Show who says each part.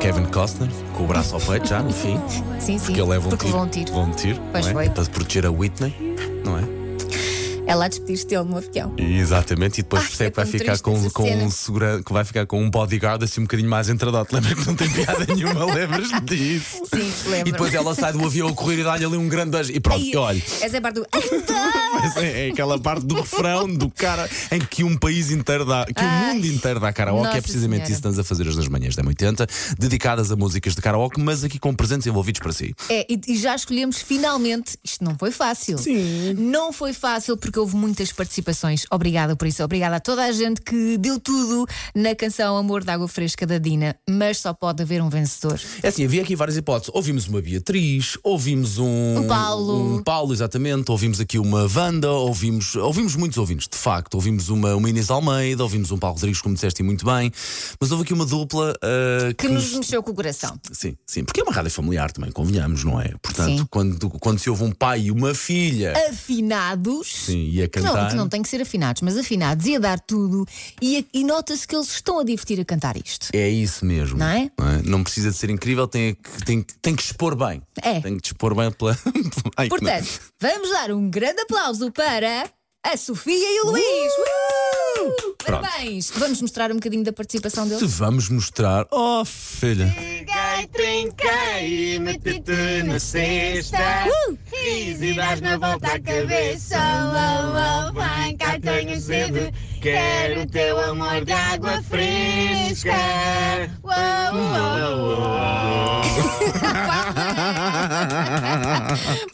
Speaker 1: Kevin Costner, com o braço ao peito já no fim,
Speaker 2: Sim, sim.
Speaker 1: porque ele leva um
Speaker 2: porque
Speaker 1: tiro.
Speaker 2: levou um tiro.
Speaker 1: levou um tiro,
Speaker 2: Pois
Speaker 1: não é?
Speaker 2: foi.
Speaker 1: Para proteger a Whitney, não é?
Speaker 2: Ela a despedir-se dele no avião.
Speaker 1: E, exatamente, e depois
Speaker 2: Ai,
Speaker 1: percebe
Speaker 2: é
Speaker 1: que vai
Speaker 2: tão
Speaker 1: ficar
Speaker 2: triste
Speaker 1: com,
Speaker 2: essa
Speaker 1: com
Speaker 2: cena.
Speaker 1: um segura, que vai ficar com um bodyguard assim um bocadinho mais entradote. Lembra que não tem piada nenhuma, lembras disso?
Speaker 2: Sim, lembro.
Speaker 1: E depois ela sai do avião a correr e dá-lhe ali um grande beijo. E pronto,
Speaker 2: Ai,
Speaker 1: olha.
Speaker 2: Essa é a parte do.
Speaker 1: Mas é, é aquela parte do refrão do cara em que um país inteiro dá, que o
Speaker 2: Ai.
Speaker 1: mundo inteiro dá karaoke. é
Speaker 2: Nossa
Speaker 1: precisamente
Speaker 2: Senhora.
Speaker 1: isso que estamos a fazer hoje nas manhãs da 80, dedicadas a músicas de karaoke, mas aqui com presentes envolvidos para si.
Speaker 2: É, e, e já escolhemos finalmente. Isto não foi fácil. Sim. Não foi fácil porque houve muitas participações. Obrigada por isso. Obrigada a toda a gente que deu tudo na canção Amor de Água Fresca da Dina. Mas só pode haver um vencedor.
Speaker 1: É assim, havia aqui várias hipóteses. Ouvimos uma Beatriz, ouvimos um.
Speaker 2: Um Paulo.
Speaker 1: Um Paulo, exatamente. Ouvimos aqui uma Wanda, ouvimos, ouvimos muitos ouvintes, de facto. Ouvimos uma, uma Inês Almeida, ouvimos um Paulo Rodrigues, como disseste e muito bem. Mas houve aqui uma dupla ah,
Speaker 2: Que nos mexeu com o coração.
Speaker 1: Sim, sim, porque é uma rádio familiar também, convenhamos, não é? Portanto,
Speaker 2: Sim.
Speaker 1: quando, quando se ouve um pai e uma filha
Speaker 2: Afinados.
Speaker 1: sim, e a
Speaker 2: Que não,
Speaker 1: cantar.
Speaker 2: que não tem que ser afinados, mas afinados e a dar tudo. E, e nota-se que eles estão a divertir a cantar isto.
Speaker 1: É isso mesmo.
Speaker 2: Não é?
Speaker 1: Não, Não precisa de ser incrível, tem que, tem, que- tem que expor bem.
Speaker 2: É.
Speaker 1: Tem que dispor bem pela. Ai, que não.
Speaker 2: Portanto, vamos dar um grande aplauso para a Sofia e o Luís. Uh!
Speaker 1: Pronto.
Speaker 2: Parabéns! Vamos mostrar um bocadinho da participação
Speaker 1: Te
Speaker 2: deles?
Speaker 1: vamos mostrar. Oh, filha.
Speaker 3: Peguei, trinquei e meti-te na cesta. Fiz e dás na volta à cabeça. Oh, oh, oh, vem cá, tenho sede. Quero o teu amor de água fresca. Oh, oh, oh, oh.
Speaker 1: Ah, ah, ah, ah, ah.